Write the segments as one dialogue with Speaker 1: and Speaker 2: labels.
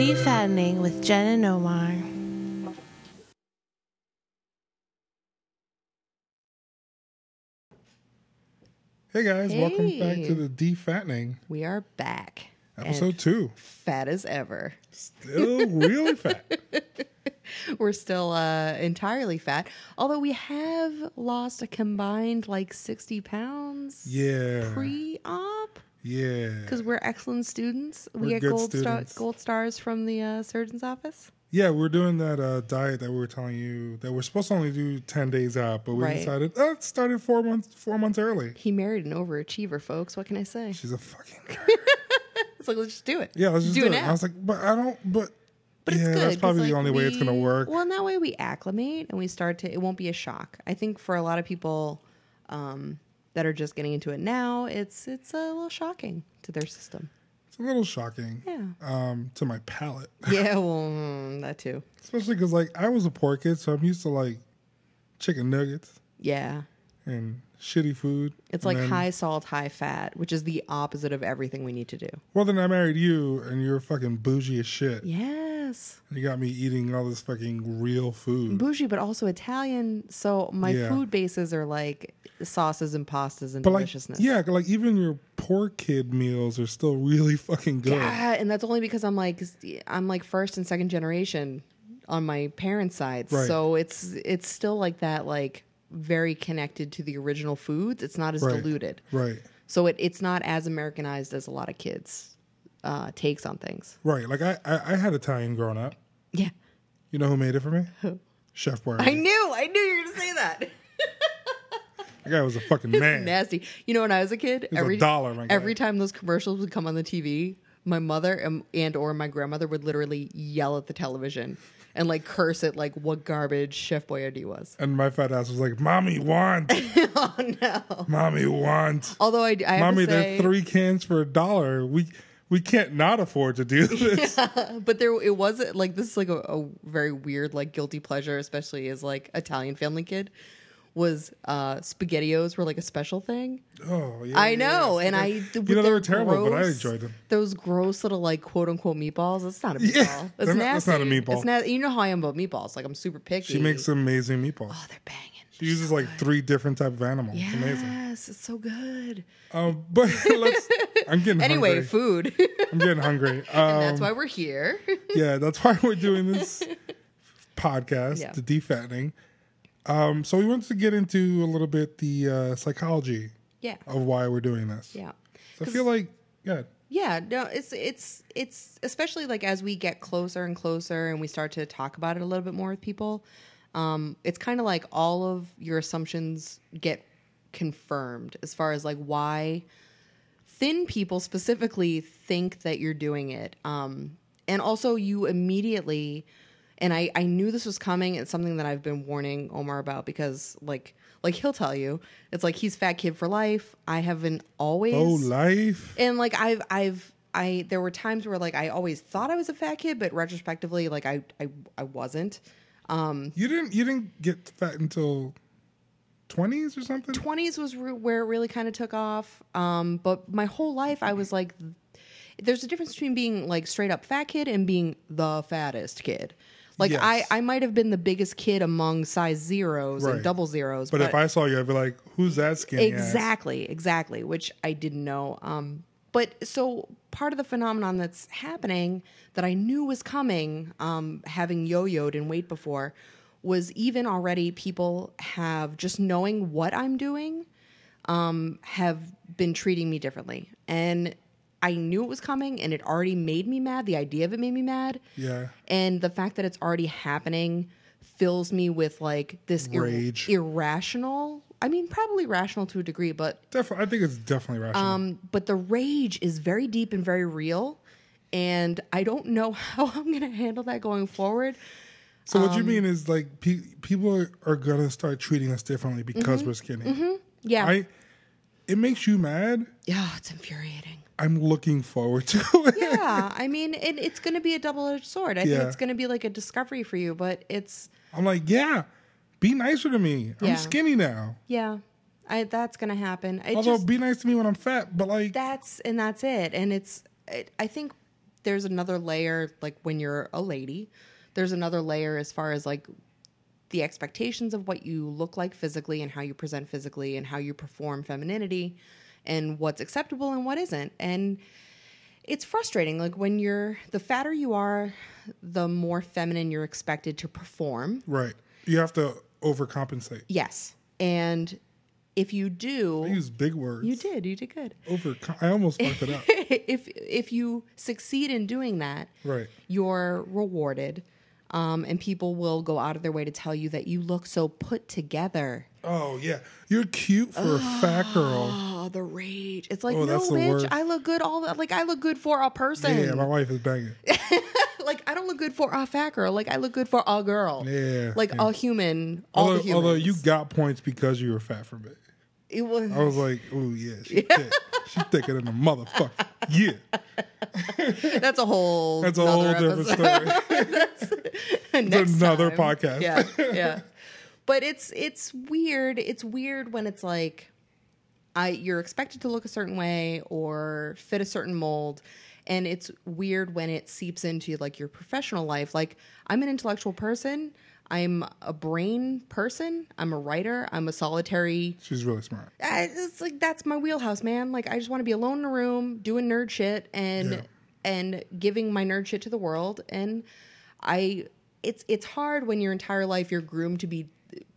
Speaker 1: Blending with Jen and Omar.
Speaker 2: Hey guys, welcome back
Speaker 3: Hey.
Speaker 2: to the defattening
Speaker 3: We are back. and
Speaker 2: episode two.
Speaker 3: fat as ever.
Speaker 2: Still really fat.
Speaker 3: We're still uh, entirely fat, although we have lost a combined like 60 pounds
Speaker 2: Yeah.
Speaker 3: pre op
Speaker 2: Yeah.
Speaker 3: because we're excellent students.
Speaker 2: We're
Speaker 3: we get
Speaker 2: good
Speaker 3: gold, star-
Speaker 2: students.
Speaker 3: gold stars from the uh, surgeon's office.
Speaker 2: Yeah, we're doing that uh, diet that we were telling you that we're supposed to only do ten days out, but we
Speaker 3: Right.
Speaker 2: decided oh, it started four months four months early.
Speaker 3: He married an overachiever, folks. What can I say?
Speaker 2: She's a fucking girl.
Speaker 3: It's like, let's just do it.
Speaker 2: Yeah, let's just do, it.
Speaker 3: now.
Speaker 2: I was like, but I don't but,
Speaker 3: But
Speaker 2: yeah,
Speaker 3: it's good.
Speaker 2: that's
Speaker 3: 'cause,
Speaker 2: probably the
Speaker 3: like,
Speaker 2: only way it's gonna
Speaker 3: we-
Speaker 2: work.
Speaker 3: Well, and that way we acclimate and we start to. It won't be a shock. I think for a lot of people um, that are just getting into it now, it's it's a little shocking to their system.
Speaker 2: It's a little shocking.
Speaker 3: Yeah.
Speaker 2: Um, to my palate.
Speaker 3: Yeah. Well, mm, that too.
Speaker 2: Especially because like I was a poor kid, so I'm used to like chicken nuggets
Speaker 3: Yeah.
Speaker 2: and shitty food. and
Speaker 3: It's like
Speaker 2: then-
Speaker 3: high salt, high fat, which is the opposite of everything we need to do.
Speaker 2: Well, then I married you, and you're fucking bougie as shit.
Speaker 3: Yes.
Speaker 2: You got me eating all this fucking real food.
Speaker 3: Bougie, but also Italian. So my
Speaker 2: Yeah.
Speaker 3: food bases are like sauces and pastas and
Speaker 2: But like,
Speaker 3: deliciousness.
Speaker 2: yeah, like even your poor kid meals are still really fucking good.
Speaker 3: Ah, and that's only because I'm like I'm like first and second generation on my parents' side.
Speaker 2: Right.
Speaker 3: So it's it's still like that like very connected to the original foods. It's not as
Speaker 2: Right.
Speaker 3: diluted.
Speaker 2: Right,
Speaker 3: So it, it's not as Americanized as a lot of kids uh, takes on things.
Speaker 2: right. Like I, I, I had Italian growing up.
Speaker 3: Yeah.
Speaker 2: You know who made it for me? Chef Boyardee.
Speaker 3: I knew, I knew you were gonna say that.
Speaker 2: that guy was a fucking man.
Speaker 3: Nasty. You know, when I was a kid,
Speaker 2: was a
Speaker 3: every
Speaker 2: dollar, my guy.
Speaker 3: every time those commercials would come on the TV, my mother and, and or my grandmother would literally yell at the television and like curse at like what garbage Chef Boyardee was.
Speaker 2: and my fat ass was like, "Mommy want,
Speaker 3: Oh no.
Speaker 2: mommy want,
Speaker 3: Although I, I have
Speaker 2: mommy."
Speaker 3: to
Speaker 2: They're
Speaker 3: say,
Speaker 2: three cans for a dollar. We, we can't not afford to do this.
Speaker 3: but there it was like this is like a, a very weird like guilty pleasure, especially as like Italian family kid. Was uh spaghettios were like a special thing.
Speaker 2: Oh, yeah.
Speaker 3: I know, and I
Speaker 2: You know, they were terrible, but I enjoyed them.
Speaker 3: Those gross little like quote unquote meatballs. That's not a meatball.
Speaker 2: Yeah,
Speaker 3: that's,
Speaker 2: they're
Speaker 3: nasty.
Speaker 2: not- that's not a meatball.
Speaker 3: It's na- you know how I am about meatballs. Like I'm super picky.
Speaker 2: She makes amazing meatballs.
Speaker 3: Oh, they're banging.
Speaker 2: She uses like three different type of animals.
Speaker 3: yes,
Speaker 2: It's amazing.
Speaker 3: it's so good.
Speaker 2: Um, but let's. I'm getting
Speaker 3: Anyway,
Speaker 2: hungry.
Speaker 3: food.
Speaker 2: I'm getting hungry.
Speaker 3: and
Speaker 2: Um,
Speaker 3: that's why we're here.
Speaker 2: yeah, that's why we're doing this podcast,
Speaker 3: Yeah.
Speaker 2: the defattening. Um, so we wanted to get into a little bit the uh, psychology
Speaker 3: yeah.
Speaker 2: of why we're doing this.
Speaker 3: Yeah.
Speaker 2: So I feel like yeah,
Speaker 3: Yeah, no, it's it's it's especially like as we get closer and closer and we start to talk about it a little bit more with people, um, it's kind of like all of your assumptions get confirmed as far as like why thin people specifically think that you're doing it. Um, and also, you immediately, and I, I knew this was coming. It's something that I've been warning Omar about because, like, like he'll tell you, it's like he's fat kid for life. I haven't always
Speaker 2: oh life.
Speaker 3: and like i've i've i there were times where like i always thought i was a fat kid but retrospectively like i i, I wasn't um
Speaker 2: You didn't you didn't get fat until twenties or something.
Speaker 3: 20s was re- where it really kind of took off um but my whole life i was like there's a difference between being like straight up fat kid and being the fattest kid like
Speaker 2: Yes.
Speaker 3: i i might have been the biggest kid among size zeros
Speaker 2: Right.
Speaker 3: and double zeros
Speaker 2: But, if I saw you, I'd be like, "Who's that skinny?" Ass?
Speaker 3: exactly exactly which i didn't know um but so part of the phenomenon that's happening that i knew was coming um having yo-yoed in weight before was even already people have just knowing what i'm doing um have been treating me differently and i knew it was coming and it already made me mad the idea of it made me mad
Speaker 2: Yeah.
Speaker 3: and the fact that it's already happening fills me with like this ir-
Speaker 2: Rage.
Speaker 3: irrational i mean probably rational to a degree but
Speaker 2: Definitely, I think it's definitely rational.
Speaker 3: um but the rage is very deep and very real and i don't know how i'm going to handle that going forward
Speaker 2: So what
Speaker 3: um,
Speaker 2: you mean is like pe- people are, are gonna start treating us differently because we're skinny.
Speaker 3: Mm-hmm. yeah
Speaker 2: I it makes you mad.
Speaker 3: yeah it's infuriating
Speaker 2: I'm looking forward to it.
Speaker 3: yeah i mean it, it's going to be a double-edged sword i
Speaker 2: Yeah.
Speaker 3: think it's going to be like a discovery for you but it's
Speaker 2: I'm like, yeah, be nicer to me.
Speaker 3: Yeah.
Speaker 2: I'm skinny now.
Speaker 3: yeah I, that's going to happen it
Speaker 2: Although
Speaker 3: just,
Speaker 2: be nice to me when I'm fat, but like
Speaker 3: that's and that's it and it's it, i think there's another layer like when you're a lady there's another layer as far as like the expectations of what you look like physically and how you present physically and how you perform femininity and what's acceptable and what isn't and it's frustrating like when you're the fatter you are the more feminine you're expected to perform
Speaker 2: Right. You have to overcompensate.
Speaker 3: yes and if you do
Speaker 2: I use big words.
Speaker 3: you did you did good
Speaker 2: Over. I almost fucked it up.
Speaker 3: if if you succeed in doing that,
Speaker 2: Right.
Speaker 3: you're rewarded, um, and people will go out of their way to tell you that you look so put together.
Speaker 2: Oh yeah, you're cute for a fat girl.
Speaker 3: Oh, the rage! It's like
Speaker 2: Oh,
Speaker 3: no,
Speaker 2: that's the
Speaker 3: bitch,
Speaker 2: worst.
Speaker 3: I look good all the, like I look good for a person.
Speaker 2: Yeah, my wife is banging.
Speaker 3: like I don't look good for a fat girl. Like I look good for a girl.
Speaker 2: Yeah,
Speaker 3: like
Speaker 2: yeah.
Speaker 3: a human. All the
Speaker 2: although,
Speaker 3: humans.
Speaker 2: although you got points because you were fat for me.
Speaker 3: it was,
Speaker 2: I was like, oh yeah, she thick. She thicker than a motherfucker. Yeah,
Speaker 3: that's a whole
Speaker 2: that's a whole
Speaker 3: nother
Speaker 2: different
Speaker 3: episode.
Speaker 2: story.
Speaker 3: next
Speaker 2: another
Speaker 3: time.
Speaker 2: podcast.
Speaker 3: Yeah, yeah. but it's it's weird. It's weird when it's like, I you're expected to look a certain way or fit a certain mold, and it's weird when it seeps into like your professional life. Like I'm an intellectual person. I'm a brain person. I'm a writer. I'm a solitary
Speaker 2: She's really smart.
Speaker 3: I, it's like that's my wheelhouse, man. Like I just want to be alone in a room doing nerd shit and
Speaker 2: Yeah.
Speaker 3: and giving my nerd shit to the world. And I, it's it's hard when your entire life you're groomed to be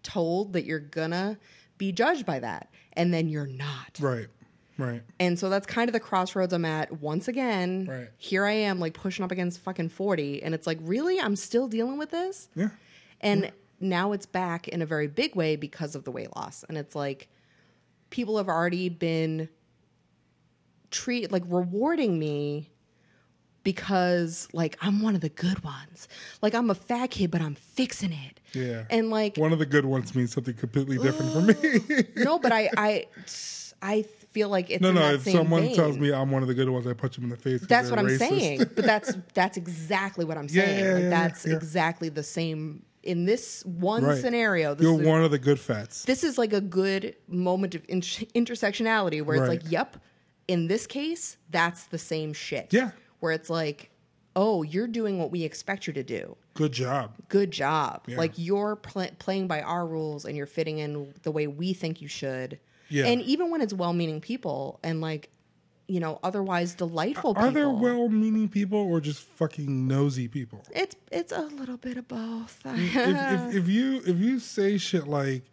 Speaker 3: told that you're gonna be judged by that, and then you're not.
Speaker 2: Right, right.
Speaker 3: And so that's kind of the crossroads I'm at once again.
Speaker 2: Right.
Speaker 3: Here I am, like pushing up against fucking forty, and it's like really, I'm still dealing with this.
Speaker 2: Yeah,
Speaker 3: And now it's back in a very big way because of the weight loss. And it's like people have already been treat like rewarding me because like I'm one of the good ones. Like I'm a fat kid, but I'm fixing it.
Speaker 2: yeah.
Speaker 3: And like
Speaker 2: one of the good ones means something completely different for me.
Speaker 3: no, but I I I feel like it's
Speaker 2: no,
Speaker 3: in
Speaker 2: no.
Speaker 3: that
Speaker 2: If
Speaker 3: same
Speaker 2: someone
Speaker 3: vein.
Speaker 2: tells me I'm one of the good ones, I punch them in the face. 'cause
Speaker 3: That's what
Speaker 2: they're
Speaker 3: I'm
Speaker 2: racist.
Speaker 3: saying. But that's that's exactly what I'm saying.
Speaker 2: yeah,
Speaker 3: like
Speaker 2: yeah,
Speaker 3: that's
Speaker 2: yeah.
Speaker 3: exactly the same in this one
Speaker 2: Right.
Speaker 3: scenario. This
Speaker 2: You're
Speaker 3: is a-
Speaker 2: one of the good fats.
Speaker 3: this is like a good moment of inter- intersectionality where it's
Speaker 2: Right.
Speaker 3: like, yep, in this case, that's the same shit.
Speaker 2: Yeah.
Speaker 3: Where it's like, oh, you're doing what we expect you to do.
Speaker 2: Good job.
Speaker 3: Good job. Like you're pl- playing by our rules and you're fitting in the way we think you should.
Speaker 2: Yeah.
Speaker 3: And even when it's well-meaning people and like, you know, otherwise delightful people.
Speaker 2: Are there well-meaning people or just fucking nosy people?
Speaker 3: It's it's a little bit of both.
Speaker 2: Mm,
Speaker 3: Uh-huh.
Speaker 2: if, if, if you if you say shit like,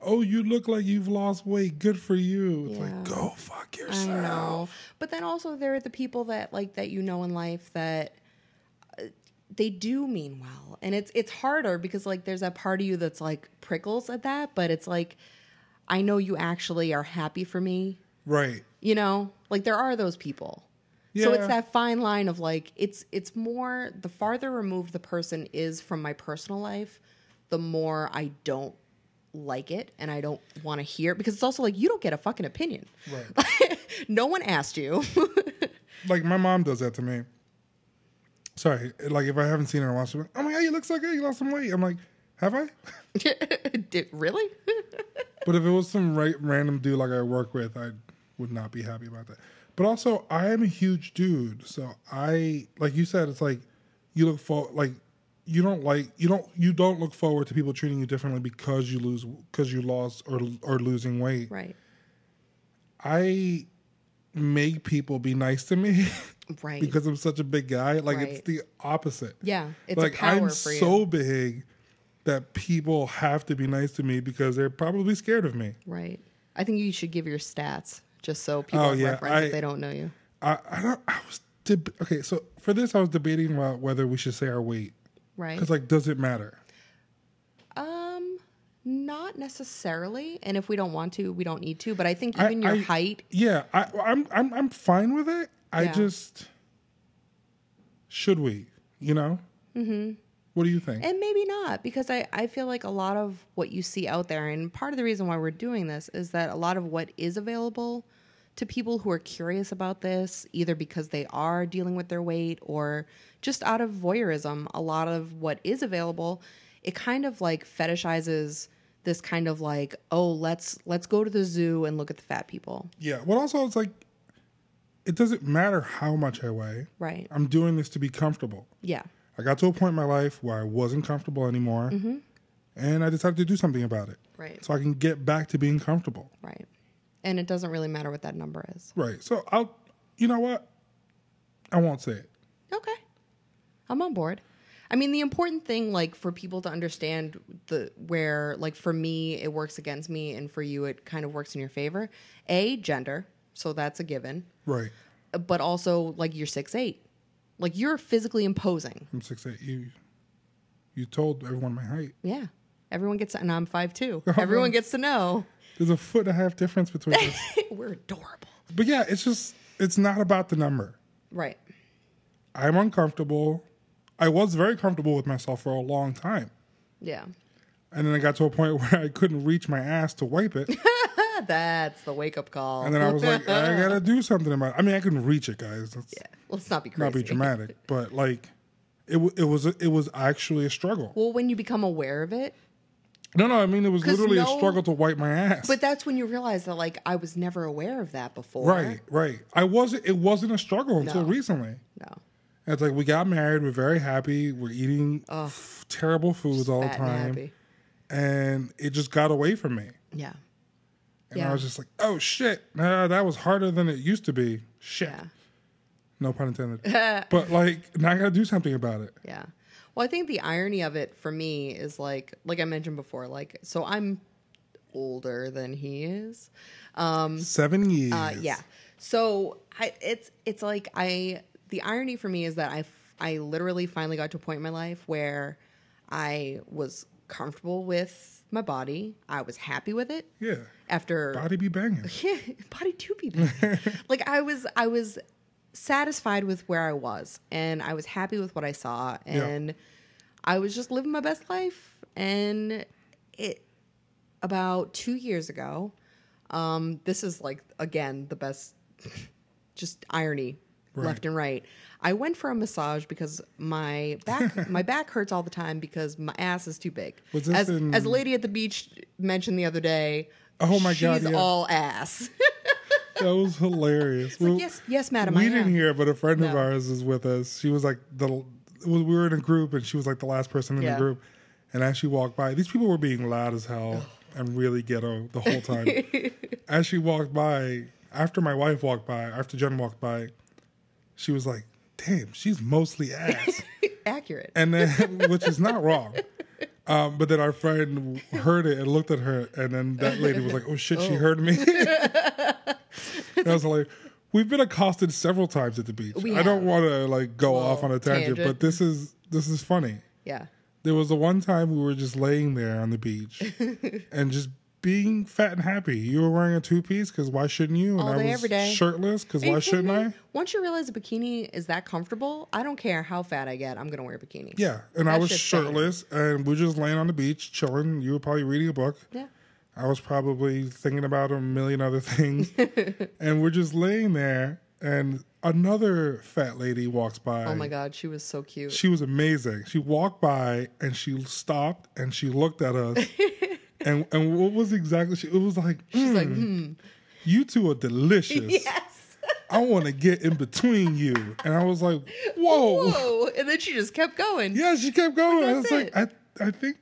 Speaker 2: "Oh, you look like you've lost weight. Good for you." It's
Speaker 3: Yeah.
Speaker 2: like, go fuck
Speaker 3: I
Speaker 2: yourself.
Speaker 3: know. But then also there are the people that like that you know in life that uh, they do mean well. And it's it's harder because like there's that part of you that's like prickles at that, but it's like I know you actually are happy for me.
Speaker 2: Right.
Speaker 3: You know? Like there are those people. So
Speaker 2: Yeah.
Speaker 3: it's that fine line of like it's it's more the farther removed the person is from my personal life, the more I don't like it and I don't want to hear it because it's also like you don't get a fucking opinion
Speaker 2: Right.
Speaker 3: no one asked you.
Speaker 2: like my mom does that to me. Sorry. Like if I haven't seen her in a while, she's like, "Oh my god, you look so good. You lost some weight." I'm like, "Have I?"
Speaker 3: Did, really?
Speaker 2: But if it was some ra- random dude like I work with, I would not be happy about that. But also, I am a huge dude, so I like you said, it's like you look for like you don't like you don't you don't look forward to people treating you differently because you lose because you lost or or losing weight.
Speaker 3: Right.
Speaker 2: I make people be nice to me
Speaker 3: Right.
Speaker 2: because I'm such a big guy. Like
Speaker 3: Right.
Speaker 2: it's the opposite.
Speaker 3: yeah, it's
Speaker 2: like
Speaker 3: a power
Speaker 2: I'm
Speaker 3: for you.
Speaker 2: so big that people have to be nice to me because they're probably scared of me.
Speaker 3: right. I think you should give your stats just so people
Speaker 2: Oh,
Speaker 3: have
Speaker 2: yeah,
Speaker 3: reference
Speaker 2: I-
Speaker 3: if they don't know you.
Speaker 2: I, I don't. I was deb- okay. So for this, I was debating about whether we should say our weight
Speaker 3: Right.
Speaker 2: because, like, does it matter?
Speaker 3: um, not necessarily. And if we don't want to, we don't need to. But I think even your
Speaker 2: I-
Speaker 3: height.
Speaker 2: Yeah, I, I'm. I'm. I'm fine with it. I
Speaker 3: Yeah.
Speaker 2: just should we? You know. Mm-hmm. What do you think?
Speaker 3: And maybe not, because I, I feel like a lot of what you see out there, and part of the reason why we're doing this is that a lot of what is available to people who are curious about this, either because they are dealing with their weight or just out of voyeurism, a lot of what is available, it kind of like fetishizes this kind of like, oh, let's let's go to the zoo and look at the fat people.
Speaker 2: yeah. Well, also, it's like it doesn't matter how much I weigh.
Speaker 3: Right.
Speaker 2: I'm doing this to be comfortable.
Speaker 3: Yeah.
Speaker 2: I got to a point in my life where I wasn't comfortable anymore, and I decided to do something about it.
Speaker 3: Right.
Speaker 2: So I can get back to being comfortable.
Speaker 3: Right. And it doesn't really matter what that number is.
Speaker 2: Right. So I'll, you know what? I won't say it.
Speaker 3: Okay. I'm on board. I mean, the important thing, like, for people to understand the where, like, for me, it works against me, and for you, it kind of works in your favor. A gender, so that's a given,
Speaker 2: Right.
Speaker 3: but also like you're six eight, like you're physically imposing.
Speaker 2: I'm six eight. You, you told everyone my height.
Speaker 3: Yeah, everyone gets, to, and I'm five two. Everyone gets to know
Speaker 2: There's a foot and a half difference between us.
Speaker 3: we're adorable,
Speaker 2: but yeah, it's just it's not about the number.
Speaker 3: right?
Speaker 2: I'm uncomfortable. I was very comfortable with myself for a long time.
Speaker 3: Yeah,
Speaker 2: And then I got to a point where I couldn't reach my ass to wipe it.
Speaker 3: Ah, that's the wake up call.
Speaker 2: And then I was like, I gotta do something about it. I mean, I couldn't reach it, guys. Let's
Speaker 3: Yeah. Let's not be crazy.
Speaker 2: not be dramatic. But like, it, w- it was it was actually a struggle.
Speaker 3: Well, when you become aware of it,
Speaker 2: No, no, I mean, it was
Speaker 3: 'Cause
Speaker 2: literally
Speaker 3: no-
Speaker 2: a struggle to wipe my ass.
Speaker 3: But that's when you realize that, like, I was never aware of that before.
Speaker 2: right, right. I wasn't, it wasn't a struggle until
Speaker 3: No.
Speaker 2: recently. And
Speaker 3: No.
Speaker 2: it's like, we got married. We're very happy. We're eating f- terrible foods all the
Speaker 3: Fat and
Speaker 2: time.
Speaker 3: happy.
Speaker 2: and it just got away from me.
Speaker 3: Yeah.
Speaker 2: And
Speaker 3: Yeah.
Speaker 2: I was just like, oh shit, nah, that was harder than it used to be. Shit.
Speaker 3: Yeah.
Speaker 2: No pun intended. but like, now I gotta do something about it.
Speaker 3: Yeah. Well, I think the irony of it for me is like, like I mentioned before, like, so I'm older than he is.
Speaker 2: Seven years.
Speaker 3: Uh, yeah. So I, it's it's like I the irony for me is that I f- I literally finally got to a point in my life where I was comfortable with my body. I was happy with it.
Speaker 2: Yeah.
Speaker 3: After
Speaker 2: Body be banging.
Speaker 3: yeah, body do be bad. like I was, I was satisfied with where I was, and I was happy with what I saw, and I was just living my best life. And it about two years ago, um, this is like again the best, just irony. Left and right. I went for a massage because my back my back hurts all the time because my ass is too big.
Speaker 2: Was this
Speaker 3: as
Speaker 2: in-
Speaker 3: as a lady at the beach mentioned the other day,
Speaker 2: Oh my God,
Speaker 3: she's
Speaker 2: yeah.
Speaker 3: all ass.
Speaker 2: That was hilarious. Well,
Speaker 3: yes, yes, madam.
Speaker 2: we
Speaker 3: I
Speaker 2: didn't
Speaker 3: am.
Speaker 2: hear it, but a friend of
Speaker 3: No.
Speaker 2: ours is with us. She was like, the we we were in a group and she was like the last person in
Speaker 3: Yeah.
Speaker 2: the group. And as she walked by, these people were being loud as hell and really ghetto the whole time. as she walked by, after my wife walked by, after Jen walked by, she was like, damn, she's mostly ass.
Speaker 3: accurate.
Speaker 2: and then, which is not wrong. Um, but then our friend heard it and looked at her, and then that lady was like, oh shit, she heard me. that was like, we've been accosted several times at the beach.
Speaker 3: We
Speaker 2: I don't
Speaker 3: have.
Speaker 2: want to like go
Speaker 3: Well,
Speaker 2: off on a tangent,
Speaker 3: tangent.
Speaker 2: but this is this is funny.
Speaker 3: yeah,
Speaker 2: There was the one time we were just laying there on the beach and just being fat and happy. You were wearing a two piece because why shouldn't you? And
Speaker 3: All
Speaker 2: I
Speaker 3: day,
Speaker 2: was
Speaker 3: every day.
Speaker 2: shirtless because
Speaker 3: Are you
Speaker 2: why
Speaker 3: kidding
Speaker 2: shouldn't
Speaker 3: me?
Speaker 2: I?
Speaker 3: Once you realize a bikini is that comfortable, I don't care how fat I get. I'm gonna wear a bikini.
Speaker 2: Yeah, and I
Speaker 3: That
Speaker 2: was
Speaker 3: shit's banging.
Speaker 2: shirtless and we were just laying on the beach chilling. You were probably reading a book.
Speaker 3: Yeah.
Speaker 2: I was probably thinking about a million other things, and we're just laying there. And another fat lady walks by.
Speaker 3: Oh my god, she was so cute.
Speaker 2: She was amazing. She walked by and she stopped and she looked at us. and and what was exactly she it was like,
Speaker 3: She's
Speaker 2: "Mm,
Speaker 3: like, hmm,
Speaker 2: you two are delicious.
Speaker 3: yes.
Speaker 2: I want to get in between you. And I was like, whoa.
Speaker 3: Whoa! And then she just kept going.
Speaker 2: Oh. Yeah, she kept going. I was
Speaker 3: that's
Speaker 2: like, I I think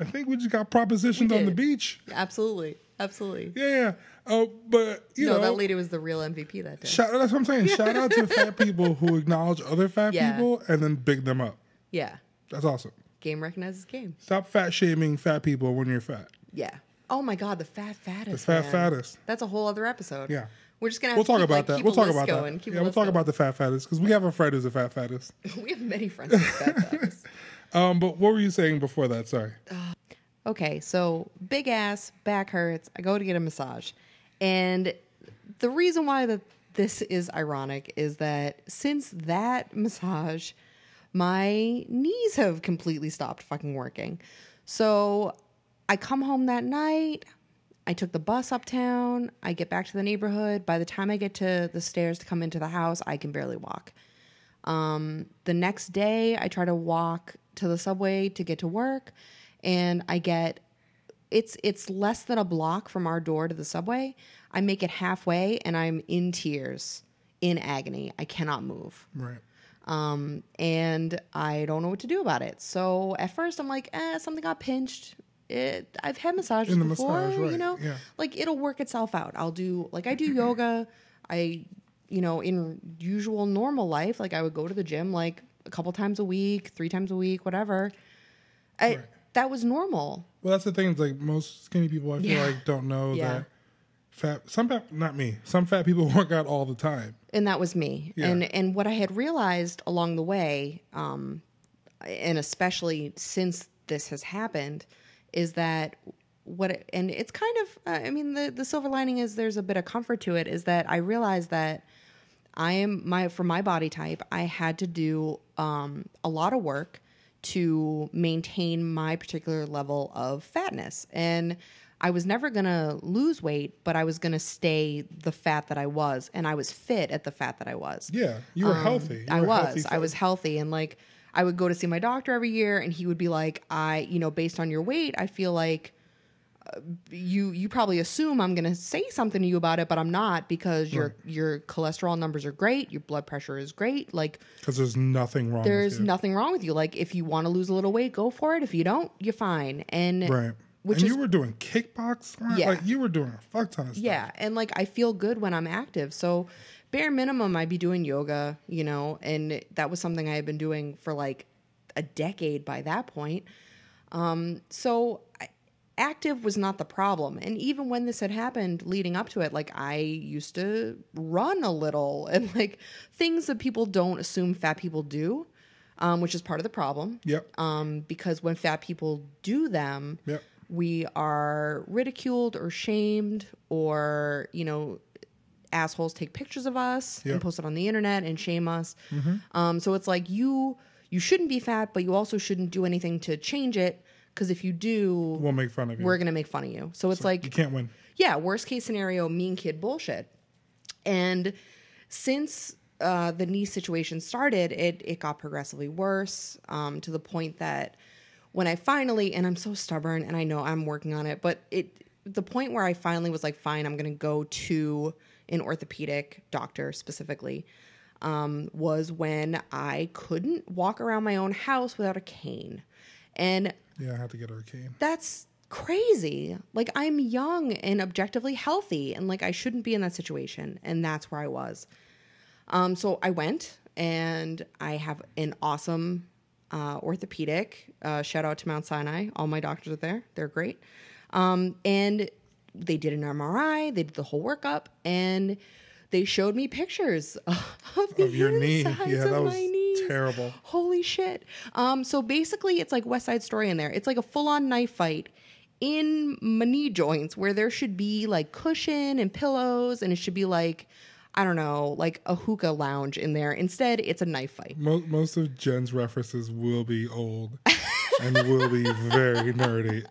Speaker 2: I think we just got propositioned
Speaker 3: We
Speaker 2: on the
Speaker 3: did.
Speaker 2: beach.
Speaker 3: Absolutely, absolutely.
Speaker 2: Yeah, yeah. Oh, but you
Speaker 3: no,
Speaker 2: know
Speaker 3: that lady was the real MVP that day.
Speaker 2: Shout, that's what I'm saying. Shout out to fat people who acknowledge other fat
Speaker 3: Yeah.
Speaker 2: people and then big them up.
Speaker 3: yeah,
Speaker 2: That's awesome.
Speaker 3: game recognizes game.
Speaker 2: Stop fat shaming fat people when you're fat.
Speaker 3: Yeah. Oh my god, the fat fattest.
Speaker 2: fat
Speaker 3: man.
Speaker 2: fattest.
Speaker 3: That's a whole other episode.
Speaker 2: Yeah.
Speaker 3: We're just gonna have
Speaker 2: We'll
Speaker 3: to
Speaker 2: talk
Speaker 3: keep,
Speaker 2: about
Speaker 3: like,
Speaker 2: that.
Speaker 3: keep
Speaker 2: We'll
Speaker 3: a
Speaker 2: talk
Speaker 3: list
Speaker 2: about
Speaker 3: going,
Speaker 2: that.
Speaker 3: keep a
Speaker 2: Yeah, we'll
Speaker 3: list
Speaker 2: talk
Speaker 3: going.
Speaker 2: about the fat fattest because we have a friend who's a fat fattest.
Speaker 3: We have many friends with fat fattest.
Speaker 2: Um, but what were you saying before that? Sorry.
Speaker 3: Okay, so big ass, back hurts. I go to get a massage. And the reason why that this is ironic is that since that massage, my knees have completely stopped fucking working. So I come home that night. I took the bus uptown. I get back to the neighborhood. By the time I get to the stairs to come into the house, I can barely walk. Um, the next day, I try to walk to the subway to get to work, and I get it's it's less than a block from our door to the subway. I make it halfway, and I'm in tears, in agony. I cannot move.
Speaker 2: Right.
Speaker 3: Um, and I don't know what to do about it. So at first I'm like, eh, something got pinched. It, I've had massages
Speaker 2: In the
Speaker 3: before,
Speaker 2: massage,
Speaker 3: you
Speaker 2: right,
Speaker 3: know,
Speaker 2: yeah.
Speaker 3: like it'll work itself out. I'll do like I do yoga. I, you know, in usual normal life, like I would go to the gym like a couple times a week, three times a week, whatever. I,
Speaker 2: Right.
Speaker 3: That was normal.
Speaker 2: Well, that's the thing. Is like most skinny people, I feel
Speaker 3: Yeah.
Speaker 2: like don't know
Speaker 3: Yeah.
Speaker 2: that fat. Some fat, not me. Some fat people work out all the time.
Speaker 3: and that was me
Speaker 2: Yeah.
Speaker 3: and and what i had realized along the way um and especially since this has happened is that what it, and it's kind of uh, i mean the the silver lining is there's a bit of comfort to it is that i realized that i am my for my body type i had to do um a lot of work to maintain my particular level of fatness and I was never going to lose weight, but I was going to stay the fat that I was. And I was fit at the fat that I was.
Speaker 2: Yeah, you were healthy. You
Speaker 3: Um, I
Speaker 2: were
Speaker 3: was.
Speaker 2: healthy
Speaker 3: I was healthy. And like, I would go to see my doctor every year, and he would be like, I, you know, based on your weight, I feel like uh, you you probably assume I'm going to say something to you about it, but I'm not because your your cholesterol numbers are great, your blood pressure is great. Like,
Speaker 2: because there's nothing wrong.
Speaker 3: there's
Speaker 2: with you.
Speaker 3: nothing wrong with you. Like, if you want to lose a little weight, go for it. If you don't, you're fine. And
Speaker 2: right.
Speaker 3: which
Speaker 2: and
Speaker 3: is
Speaker 2: you were doing kickbox. right?
Speaker 3: Yeah.
Speaker 2: Like you were doing a fuck ton of stuff.
Speaker 3: Yeah, and like I feel good when I'm active. So bare minimum I'd be doing yoga, you know, and that was something I had been doing for like a decade by that point. Um so I, active was not the problem. And even when this had happened leading up to it, like I used to run a little and like things that people don't assume fat people do. Um, which is part of the problem
Speaker 2: Yep.
Speaker 3: um, because when fat people do them,
Speaker 2: Yep.
Speaker 3: we are ridiculed or shamed, or you know, assholes take pictures of us
Speaker 2: Yep.
Speaker 3: and post it on the internet and shame us. Um, so it's like you you shouldn't be fat, but you also shouldn't do anything to change it because if you do,
Speaker 2: We'll make fun of you.
Speaker 3: we're gonna make fun of you. So it's
Speaker 2: you
Speaker 3: like
Speaker 2: can't win.
Speaker 3: yeah, worst case scenario, mean kid bullshit. And since uh, the knee situation started, it it got progressively worse um, to the point that when I finally, and I'm so stubborn, and I know I'm working on it, but it the point where I finally was like, fine, I'm going to go to an orthopedic doctor specifically. Um, was when I couldn't walk around my own house without a cane, and
Speaker 2: Yeah, I had to get her a cane.
Speaker 3: that's crazy. Like I'm young and objectively healthy and like I shouldn't be in that situation and that's where I was. Um so I went and I have an awesome uh, orthopedic. Uh, shout out to Mount Sinai. All my doctors are there. They're great. Um, and they did an MRI. They did the whole workup, and they showed me pictures of, the
Speaker 2: Of your knee.
Speaker 3: insides
Speaker 2: Yeah,
Speaker 3: of
Speaker 2: that was
Speaker 3: my knees.
Speaker 2: terrible.
Speaker 3: Holy shit. Um, so basically, it's like West Side Story in there. It's like a full on knife fight in my knee joints where there should be like cushion and pillows, and it should be like, I don't know, like a hookah lounge in there. Instead, it's a knife fight.
Speaker 2: Most, most of Jen's references will be old and will be very nerdy.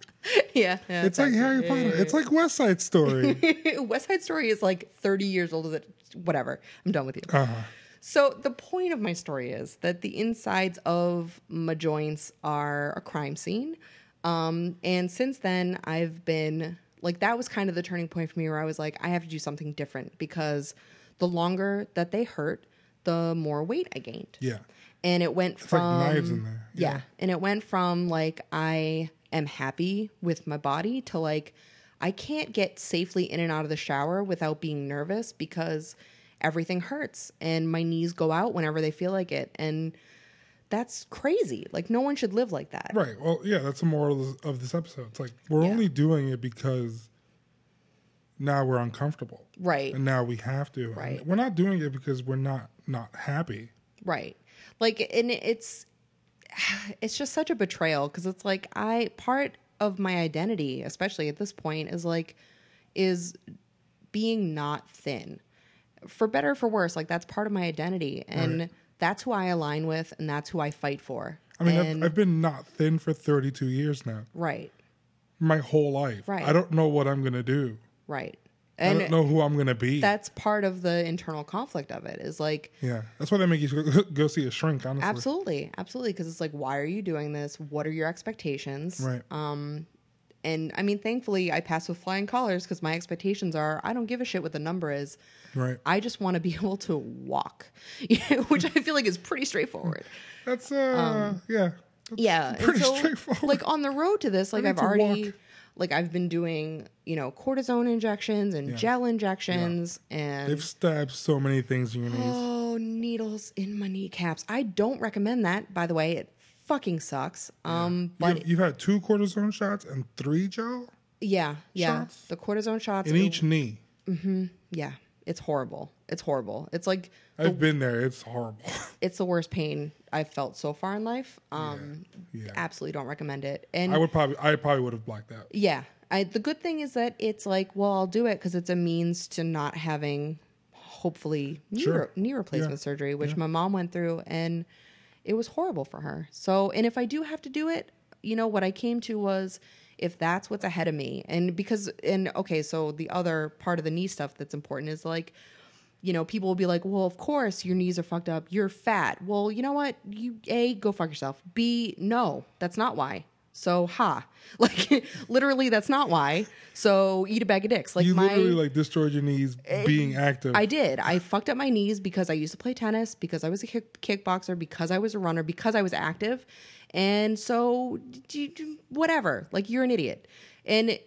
Speaker 3: yeah. yeah,
Speaker 2: It's like
Speaker 3: that's-
Speaker 2: Harry Potter. It's like West Side Story.
Speaker 3: West Side Story is like 30 years older than whatever. I'm done with you.
Speaker 2: Uh-huh.
Speaker 3: So the point of my story is that the insides of my joints are a crime scene. Um, and since then, I've been like, that was kind of the turning point for me where I was like, I have to do something different because the longer that they hurt, the more weight I gained
Speaker 2: yeah.
Speaker 3: and it went
Speaker 2: like
Speaker 3: from
Speaker 2: knives in there.
Speaker 3: Yeah.
Speaker 2: Yeah.
Speaker 3: and it went from like I am happy with my body to like I can't get safely in and out of the shower without being nervous because everything hurts and my knees go out whenever they feel like it and that's crazy. Like no one should live like that.
Speaker 2: Right. Well, yeah, that's the moral of this episode. It's like we're
Speaker 3: Yeah.
Speaker 2: only doing it because now we're uncomfortable.
Speaker 3: Right.
Speaker 2: And now we have to. And
Speaker 3: Right.
Speaker 2: We're not doing it because we're not not happy.
Speaker 3: Right. Like and it's it's just such a betrayal because it's like I part of my identity, especially at this point, is like is being not thin. For better or for worse, like that's part of my identity and that's who I align with and that's who I fight for.
Speaker 2: I mean,
Speaker 3: And-
Speaker 2: I've, I've been not thin for 32 years now.
Speaker 3: right,
Speaker 2: My whole life.
Speaker 3: Right.
Speaker 2: I don't know what I'm going to do.
Speaker 3: right.
Speaker 2: I
Speaker 3: And
Speaker 2: don't know who I'm going to be.
Speaker 3: that's part of the internal conflict of it is like
Speaker 2: yeah. That's why they make you go, go see a shrink, honestly.
Speaker 3: Um, absolutely, absolutely because it's like why are you doing this? What are your expectations?
Speaker 2: Right.
Speaker 3: And I mean, thankfully, I pass with flying colors because my expectations are I don't give a shit what the number is.
Speaker 2: Right.
Speaker 3: I just want to be able to walk, which I feel like is pretty straightforward.
Speaker 2: That's uh
Speaker 3: um,
Speaker 2: yeah. That's
Speaker 3: yeah, and
Speaker 2: Pretty
Speaker 3: so,
Speaker 2: straightforward.
Speaker 3: Like on the road to this, like
Speaker 2: need
Speaker 3: I've
Speaker 2: to
Speaker 3: already,
Speaker 2: walk.
Speaker 3: like I've been doing, you know, cortisone injections and gel injections and
Speaker 2: They've stabbed so many things in your knees.
Speaker 3: Oh, needles in my kneecaps. I don't recommend that, by the way. It fucking sucks. Um, but
Speaker 2: You've, you've had two cortisone shots and three gel
Speaker 3: yeah, yeah.
Speaker 2: Shots?
Speaker 3: The cortisone shots.
Speaker 2: in each knee.
Speaker 3: yeah, it's horrible. It's horrible. It's like
Speaker 2: I've been there. It's horrible.
Speaker 3: it's the worst pain I've felt so far in life. Um,
Speaker 2: Yeah.
Speaker 3: absolutely don't recommend it. And
Speaker 2: I would probably, I probably would have blacked out.
Speaker 3: yeah, I, the good thing is that it's like, well, I'll do it because it's a means to not having, hopefully, knee,
Speaker 2: Sure.
Speaker 3: re- knee replacement
Speaker 2: Yeah.
Speaker 3: surgery, which my mom went through, and it was horrible for her. So, and if I do have to do it, you know, what I came to was if that's what's ahead of me, and because, and okay, so the other part of the knee stuff that's important is like, you know, people will be like, well, of course your knees are fucked up. You're fat. Well, you know what? You, A, go fuck yourself. B, no, that's not why. So, ha. Like, literally, that's not why. So, eat a bag of dicks. Like,
Speaker 2: You
Speaker 3: my.
Speaker 2: literally like destroyed your knees being active.
Speaker 3: I did. I fucked up my knees because I used to play tennis, because I was a kick, kickboxer, because I was a runner, because I was active. And so, d- d- whatever. Like, you're an idiot. And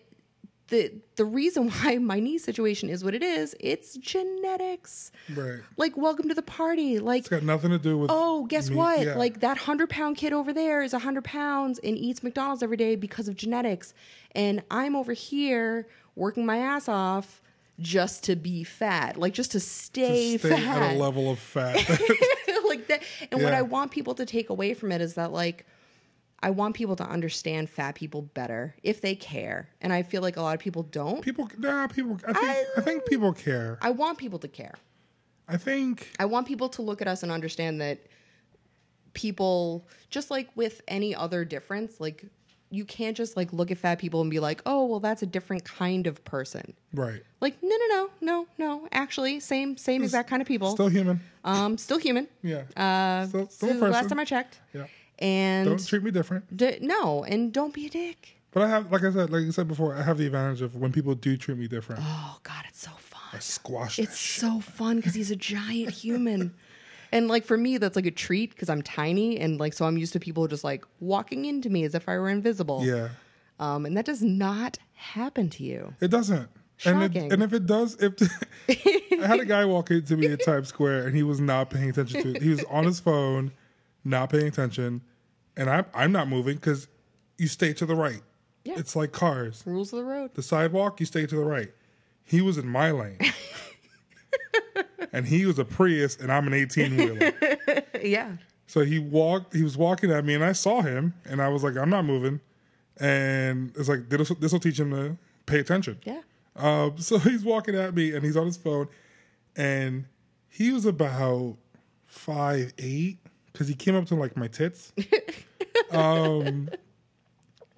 Speaker 3: the the reason why my knee situation is what it is, it's genetics.
Speaker 2: right.
Speaker 3: Like, welcome to the party. Like,
Speaker 2: It's got nothing to do with.
Speaker 3: oh, guess
Speaker 2: me-
Speaker 3: what?
Speaker 2: yeah.
Speaker 3: Like that hundred pound kid over there is hundred pounds and eats McDonald's every day because of genetics, and I'm over here working my ass off just to be fat, like just to stay,
Speaker 2: Just stay
Speaker 3: fat.
Speaker 2: at a level of fat.
Speaker 3: like that. And what
Speaker 2: Yeah.
Speaker 3: I want people to take away from it is that like I want people to understand fat people better if they care, and I feel like a lot of people don't.
Speaker 2: people, nah, people. I think, I, think people care.
Speaker 3: I want people to care.
Speaker 2: I think
Speaker 3: I want people to look at us and understand that people, just like with any other difference, like you can't just like look at fat people and be like, oh, well, that's a different kind of person.
Speaker 2: right.
Speaker 3: Like, no, no, no, no, no. Actually, same, same exact kind of people.
Speaker 2: Still human.
Speaker 3: um, still human.
Speaker 2: Yeah.
Speaker 3: Uh,
Speaker 2: Still- still a
Speaker 3: so the last
Speaker 2: person.
Speaker 3: time I checked.
Speaker 2: Yeah.
Speaker 3: And
Speaker 2: Don't treat me different.
Speaker 3: d- no, and don't be a dick.
Speaker 2: But I have, like I said, like I said before, I have the advantage of when people do treat me different.
Speaker 3: Oh God, it's so fun.
Speaker 2: Squash.
Speaker 3: It's
Speaker 2: It's
Speaker 3: so fun because he's a giant human. And like for me, that's like a treat because I'm tiny and like so I'm used to people just like walking into me as if I were invisible.
Speaker 2: yeah.
Speaker 3: Um, and that does not happen to you.
Speaker 2: It doesn't. And
Speaker 3: Shocking.
Speaker 2: it, and if it does, if I had a guy walk into me at Times Square and he was not paying attention to it. He was on his phone, not paying attention, and I'm I'm not moving because you stay to the right.
Speaker 3: Yeah.
Speaker 2: It's like cars.
Speaker 3: Rules of the road.
Speaker 2: The sidewalk, you stay to the right. He was in my lane. and he was a Prius and I'm an 18 wheeler.
Speaker 3: yeah.
Speaker 2: So he walked. He was walking at me, and I saw him, and I was like, "I'm not moving." And it's like this. This will teach him to pay attention.
Speaker 3: Yeah.
Speaker 2: Um, so he's walking at me, and he's on his phone, and he was about five eight because he came up to like my tits, um,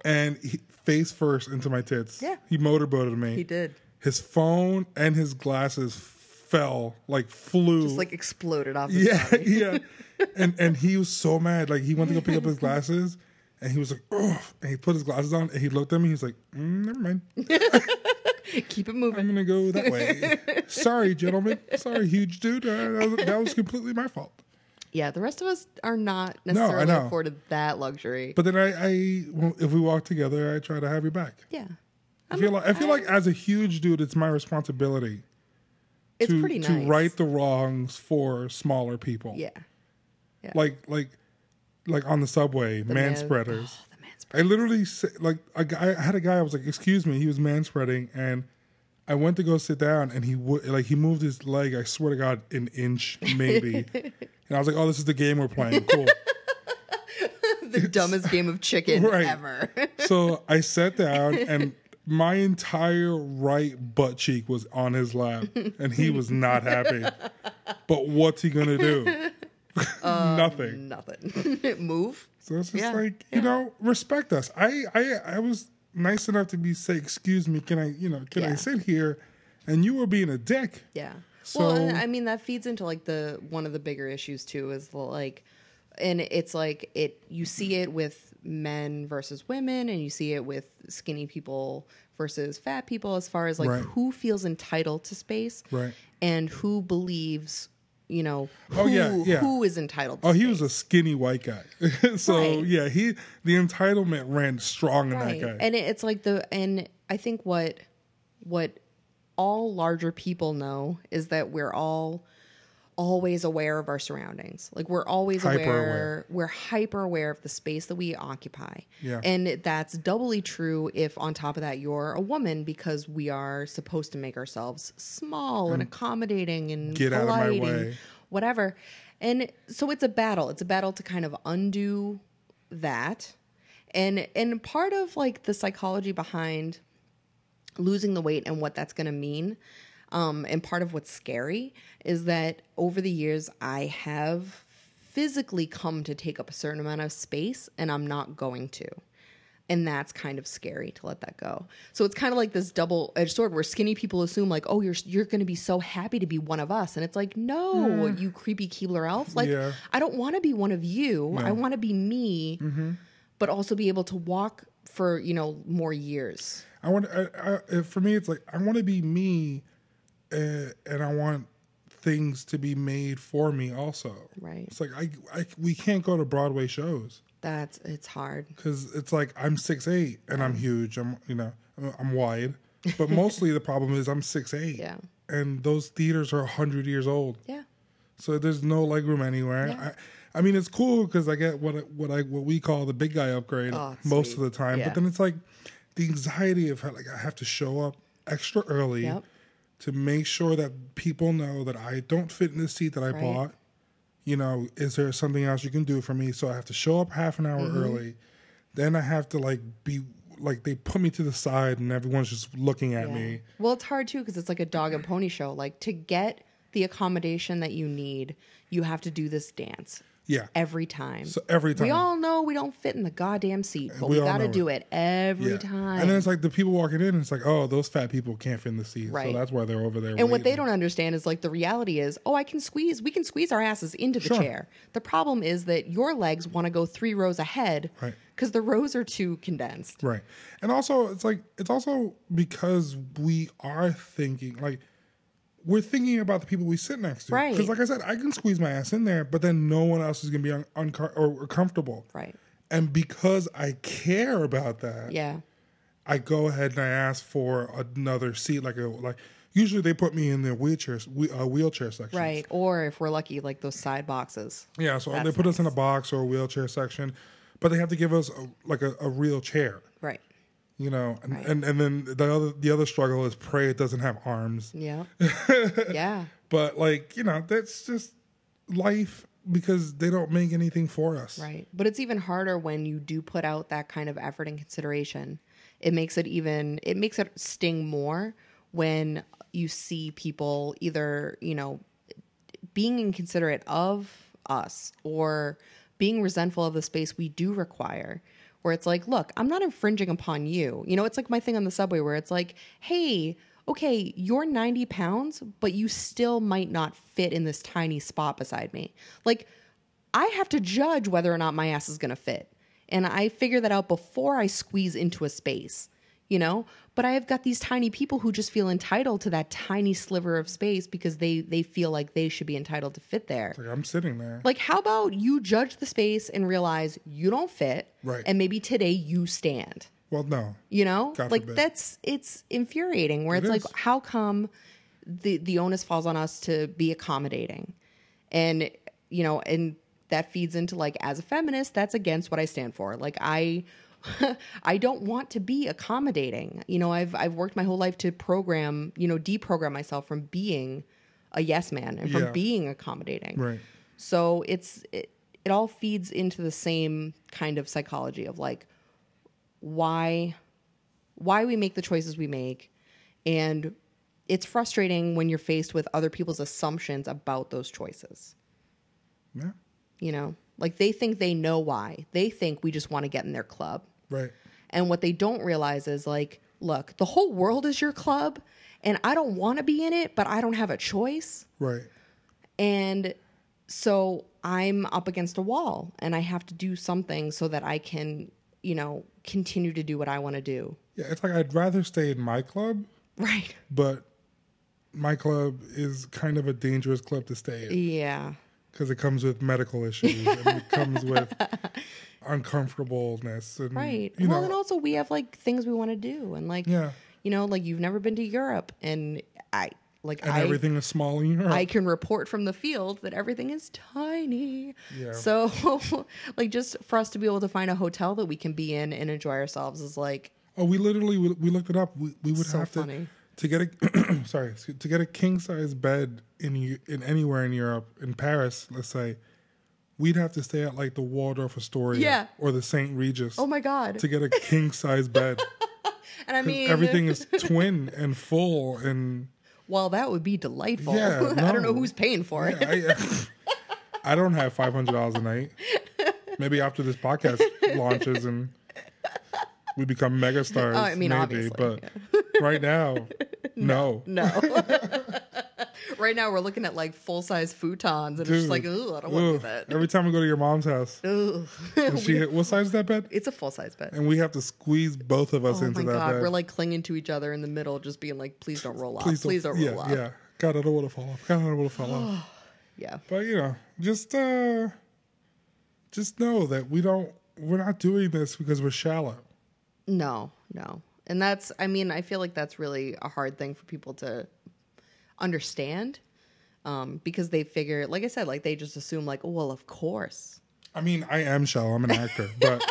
Speaker 2: and he, face first into my tits.
Speaker 3: Yeah.
Speaker 2: He motorboated me.
Speaker 3: He did.
Speaker 2: His phone and his glasses fell like flew
Speaker 3: Just like exploded off his
Speaker 2: yeah,
Speaker 3: body.
Speaker 2: yeah. And and he was so mad. Like he went to go pick up his glasses, and he was like, "Oh!" And he put his glasses on, and he looked at me. He was like, mm, "Never mind.
Speaker 3: Keep it moving.
Speaker 2: I'm gonna go that way." Sorry, gentlemen. Sorry, huge dude. Uh, that, was, that was completely my fault.
Speaker 3: Yeah, the rest of us are not
Speaker 2: I
Speaker 3: necessarily
Speaker 2: know.
Speaker 3: afforded that luxury.
Speaker 2: But then I, I well, if we walk together, I try to have your back.
Speaker 3: yeah.
Speaker 2: I feel like I feel like as a huge dude, it's my responsibility
Speaker 3: It's
Speaker 2: to
Speaker 3: pretty nice.
Speaker 2: to right the wrongs for smaller people.
Speaker 3: Yeah.
Speaker 2: Like like like on the subway, man spreaders.
Speaker 3: Oh, the man
Speaker 2: I literally sa- like a guy. I had a guy. I was like, "Excuse me," he was man spreading, and I went to go sit down, and he would like he moved his leg. I swear to God, an inch maybe. and I was like, "Oh, this is the game we're playing." Cool.
Speaker 3: the dumbest game of chicken
Speaker 2: Right.
Speaker 3: ever.
Speaker 2: so I sat down, and my entire right butt cheek was on his lap, and he was not happy. But what's he gonna do? Nothing.
Speaker 3: Nothing. Move.
Speaker 2: So it's just
Speaker 3: Yeah,
Speaker 2: like you know, respect us. I I I was nice enough to be say, excuse me, can I you know can I
Speaker 3: Yeah.
Speaker 2: sit here? And you were being a dick.
Speaker 3: Yeah. well, and
Speaker 2: So-
Speaker 3: I mean that feeds into like the one of the bigger issues too is the, like and it's like it you see it with men versus women and you see it with skinny people versus fat people as far as like
Speaker 2: Right.
Speaker 3: who feels entitled to space
Speaker 2: Right.
Speaker 3: and who believes you know who,
Speaker 2: Oh, yeah, yeah.
Speaker 3: who is entitled to
Speaker 2: Oh, he was a skinny white guy. so
Speaker 3: Right.
Speaker 2: yeah, he the entitlement ran strong in
Speaker 3: right.
Speaker 2: that guy.
Speaker 3: And it, it's like the and I think what what all larger people know is that we're all always aware of our surroundings. Like we're always
Speaker 2: Hyper
Speaker 3: aware,
Speaker 2: aware.
Speaker 3: we're hyper aware of the space that we occupy.
Speaker 2: Yeah.
Speaker 3: And that's doubly true if on top of that you're a woman because we are supposed to make ourselves small and accommodating and
Speaker 2: Get out of my
Speaker 3: polite and
Speaker 2: way.
Speaker 3: whatever. And so it's a battle. It's a battle to kind of undo that. And and part of like the psychology behind losing the weight and what that's going to mean. Um, and part of what's scary is that over the years, I have physically come to take up a certain amount of space and I'm not going to. And that's kind of scary to let that go. So it's kind of like this double edged sword where skinny people assume, like, oh, you're, you're going to be so happy to be one of us. And it's like, no, you creepy Keebler elf. Like,
Speaker 2: Yeah.
Speaker 3: I don't want to be one of you. I want to be me, but also be able to walk for, you know, more years.
Speaker 2: I want I, I, for me, it's like I want to be me, uh, and I want things to be made for me. Also,
Speaker 3: Right.
Speaker 2: It's like I, I we can't go to Broadway shows
Speaker 3: That's it's hard.
Speaker 2: because it's like I'm six eight and I'm huge. I'm you know I'm- I'm wide, but mostly the problem is I'm six eight.
Speaker 3: Yeah.
Speaker 2: And those theaters are hundred years old.
Speaker 3: Yeah.
Speaker 2: so there's no legroom anywhere.
Speaker 3: Yeah.
Speaker 2: I, I mean, it's cool because I get what what I what we call the big guy upgrade
Speaker 3: Oh,
Speaker 2: most
Speaker 3: sweet.
Speaker 2: of the time,
Speaker 3: Yeah.
Speaker 2: but then it's like the anxiety of how, like I have to show up extra early
Speaker 3: Yep.
Speaker 2: to make sure that people know that I don't fit in the seat that I
Speaker 3: Right.
Speaker 2: bought. You know, is there something else you can do for me? So I have to show up half an hour
Speaker 3: Mm-hmm.
Speaker 2: early. Then I have to like be like they put me to the side and everyone's just looking at
Speaker 3: yeah.
Speaker 2: me.
Speaker 3: Well, it's hard too because it's like a dog and pony show. Like to get the accommodation that you need, you have to do this dance
Speaker 2: Yeah.
Speaker 3: every time.
Speaker 2: So every
Speaker 3: we
Speaker 2: time.
Speaker 3: all know we don't fit in the goddamn seat, but
Speaker 2: we
Speaker 3: we,
Speaker 2: all
Speaker 3: got to
Speaker 2: know
Speaker 3: do it every
Speaker 2: Yeah.
Speaker 3: time.
Speaker 2: And then it's like the people walking in, it's like, oh, those fat people can't fit in the seat.
Speaker 3: Right.
Speaker 2: So that's why they're over there.
Speaker 3: And what they don't understand is like the reality is, oh, I can squeeze, we can squeeze our asses into the
Speaker 2: Sure.
Speaker 3: chair. The problem is that your legs want to go three rows ahead
Speaker 2: Right.
Speaker 3: because the rows are too condensed.
Speaker 2: Right. And also, it's like, it's also because we are thinking, like, we're thinking about the people we sit next to.
Speaker 3: Right.
Speaker 2: Because, like I said, I can squeeze my ass in there, but then no one else is going to be un- unco- or comfortable.
Speaker 3: Right.
Speaker 2: And because I care about that,
Speaker 3: Yeah.
Speaker 2: I go ahead and I ask for another seat. Like, a, like usually they put me in the wheelchair, whe- uh, wheelchair section.
Speaker 3: Right. Or if we're lucky, like those side boxes.
Speaker 2: Yeah, so they
Speaker 3: That's
Speaker 2: put us in a box or a wheelchair section, but they have to give us a, like a, a real chair,
Speaker 3: Right.
Speaker 2: you know. And,
Speaker 3: Right.
Speaker 2: and and then the other the other struggle is pray it doesn't have arms.
Speaker 3: Yeah. yeah.
Speaker 2: But like you know, that's just life because they don't make anything for us.
Speaker 3: Right. But it's even harder when you do put out that kind of effort and consideration. It makes it even it makes it sting more when you see people either, you know, being inconsiderate of us or being resentful of the space we do require. Where it's like, look, I'm not infringing upon you. You know, it's like my thing on the subway where it's like, hey, okay, you're 90 pounds, but you still might not fit in this tiny spot beside me. Like, I have to judge whether or not my ass is going to fit. And I figure that out before I squeeze into a space, you know? But I have got these tiny people who just feel entitled to that tiny sliver of space because they they feel like they should be entitled to fit there.
Speaker 2: Like I'm sitting there.
Speaker 3: Like how about you judge the space and realize you don't fit
Speaker 2: Right.
Speaker 3: and maybe today you stand.
Speaker 2: Well, no,
Speaker 3: You know?
Speaker 2: God
Speaker 3: like
Speaker 2: forbid.
Speaker 3: that's it's infuriating where it's
Speaker 2: It
Speaker 3: like
Speaker 2: is.
Speaker 3: how come the the onus falls on us to be accommodating. And you know, and that feeds into like as a feminist, that's against what I stand for. Like I I don't want to be accommodating. You know, I've I've worked my whole life to program, you know, deprogram myself from being a yes man and from
Speaker 2: Yeah.
Speaker 3: being accommodating.
Speaker 2: Right.
Speaker 3: So it's it, it all feeds into the same kind of psychology of like why why we make the choices we make and it's frustrating when you're faced with other people's assumptions about those choices
Speaker 2: yeah,
Speaker 3: you know like they think they know why they think we just want to get in their club
Speaker 2: right.
Speaker 3: and what they don't realize is like look the whole world is your club and i don't want to be in it but i don't have a choice
Speaker 2: Right.
Speaker 3: and so I'm up against a wall and I have to do something so that I can, you know, continue to do what I want to do.
Speaker 2: Yeah, it's like I'd rather stay in my club,
Speaker 3: Right.
Speaker 2: but my club is kind of a dangerous club to stay in
Speaker 3: Yeah.
Speaker 2: because it comes with medical issues and it comes with uncomfortableness and
Speaker 3: Right.
Speaker 2: you
Speaker 3: well,
Speaker 2: know,
Speaker 3: and also we have like things we want to do and like
Speaker 2: Yeah.
Speaker 3: you know, like you've never been to Europe and I like
Speaker 2: and
Speaker 3: I
Speaker 2: everything is small in Europe.
Speaker 3: I can report from the field that everything is tiny.
Speaker 2: Yeah.
Speaker 3: So, like, just for us to be able to find a hotel that we can be in and enjoy ourselves is like,
Speaker 2: Oh, we literally we, we looked it up. We, we would
Speaker 3: So
Speaker 2: have to
Speaker 3: funny.
Speaker 2: to get a sorry excuse- to get a king size bed in Eu- in anywhere in Europe in Paris, let's say, we'd have to stay at like the Waldorf Astoria
Speaker 3: Yeah.
Speaker 2: or the St Regis
Speaker 3: oh my god.
Speaker 2: to get a king size bed.
Speaker 3: And I
Speaker 2: 'Cause
Speaker 3: mean,
Speaker 2: everything is twin and full and
Speaker 3: Well, that would be delightful.
Speaker 2: Yeah,
Speaker 3: I don't know
Speaker 2: no.
Speaker 3: who's paying for it.
Speaker 2: yeah, I, uh, I don't have five hundred dollars a night. Maybe after this podcast launches and we become megastars,
Speaker 3: Oh, I mean,
Speaker 2: maybe.
Speaker 3: obviously,
Speaker 2: But right now, no.
Speaker 3: No. right now, we're looking at like full size futons, and it's just like,
Speaker 2: Dude.
Speaker 3: ooh, I don't want to do
Speaker 2: Ugh.
Speaker 3: that.
Speaker 2: Every time we go to your mom's house,
Speaker 3: Ugh.
Speaker 2: and she hit, what size is that bed?
Speaker 3: it's a full size bed.
Speaker 2: And we have to squeeze both of us
Speaker 3: Oh
Speaker 2: into
Speaker 3: my
Speaker 2: that
Speaker 3: god,
Speaker 2: bed.
Speaker 3: we're like clinging to each other in the middle, just being like, please don't roll off. Please don't,
Speaker 2: yeah,
Speaker 3: roll off.
Speaker 2: yeah. God, I don't want to fall off. God, I don't want to fall off.
Speaker 3: yeah.
Speaker 2: But you know, just uh, just know that we don't. We're not doing this because we're shallow.
Speaker 3: No, no. And that's, I mean, I feel like that's really a hard thing for people to understand um, because they figure, like I said, like they just assume, like, oh, well, of course.
Speaker 2: I mean, I am shallow. I'm an actor, but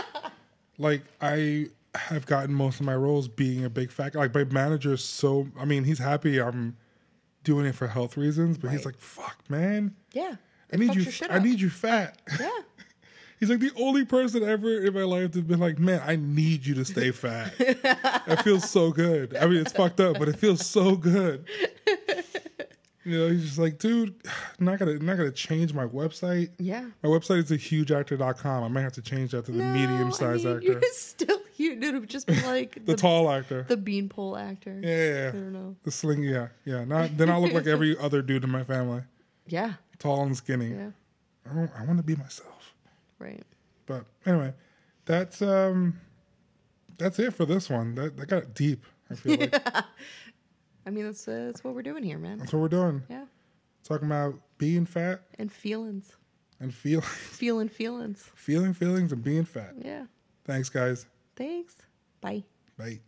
Speaker 2: like I have gotten most of my roles being a big factor. Like my manager's so. I mean, he's happy I'm doing it for health reasons, but he's
Speaker 3: Right.
Speaker 2: like, "Fuck, man,
Speaker 3: Yeah.
Speaker 2: I need you.
Speaker 3: Your shit
Speaker 2: I
Speaker 3: up.
Speaker 2: need you fat."
Speaker 3: Yeah.
Speaker 2: He's like the only person ever in my life to be like, man, I need you to stay fat. that feels so good. I mean, it's fucked up, but it feels so good. You know, he's just like, dude, not gonna not gonna change my website.
Speaker 3: Yeah.
Speaker 2: My website is a hugeactor.com. I might have to change that to the
Speaker 3: No,
Speaker 2: medium sized
Speaker 3: I mean,
Speaker 2: actor.
Speaker 3: You're still, you it would just be like
Speaker 2: The, tall actor.
Speaker 3: the beanpole actor.
Speaker 2: yeah, yeah,
Speaker 3: I
Speaker 2: yeah.
Speaker 3: don't know.
Speaker 2: The sling yeah, yeah. Not then I look like every other dude in my family.
Speaker 3: Yeah.
Speaker 2: Tall and skinny.
Speaker 3: Yeah.
Speaker 2: I don't I wanna be myself.
Speaker 3: Right.
Speaker 2: But anyway, that's um that's it for this one. That that got deep. I feel like that's
Speaker 3: I mean, that's, uh, that's what we're doing here, man.
Speaker 2: what we're doing.
Speaker 3: Yeah.
Speaker 2: Talking about being fat
Speaker 3: And feelings.
Speaker 2: and feel
Speaker 3: Feeling feelings.
Speaker 2: feeling feelings and being fat.
Speaker 3: Yeah.
Speaker 2: Thanks guys.
Speaker 3: Thanks. Bye.
Speaker 2: Bye.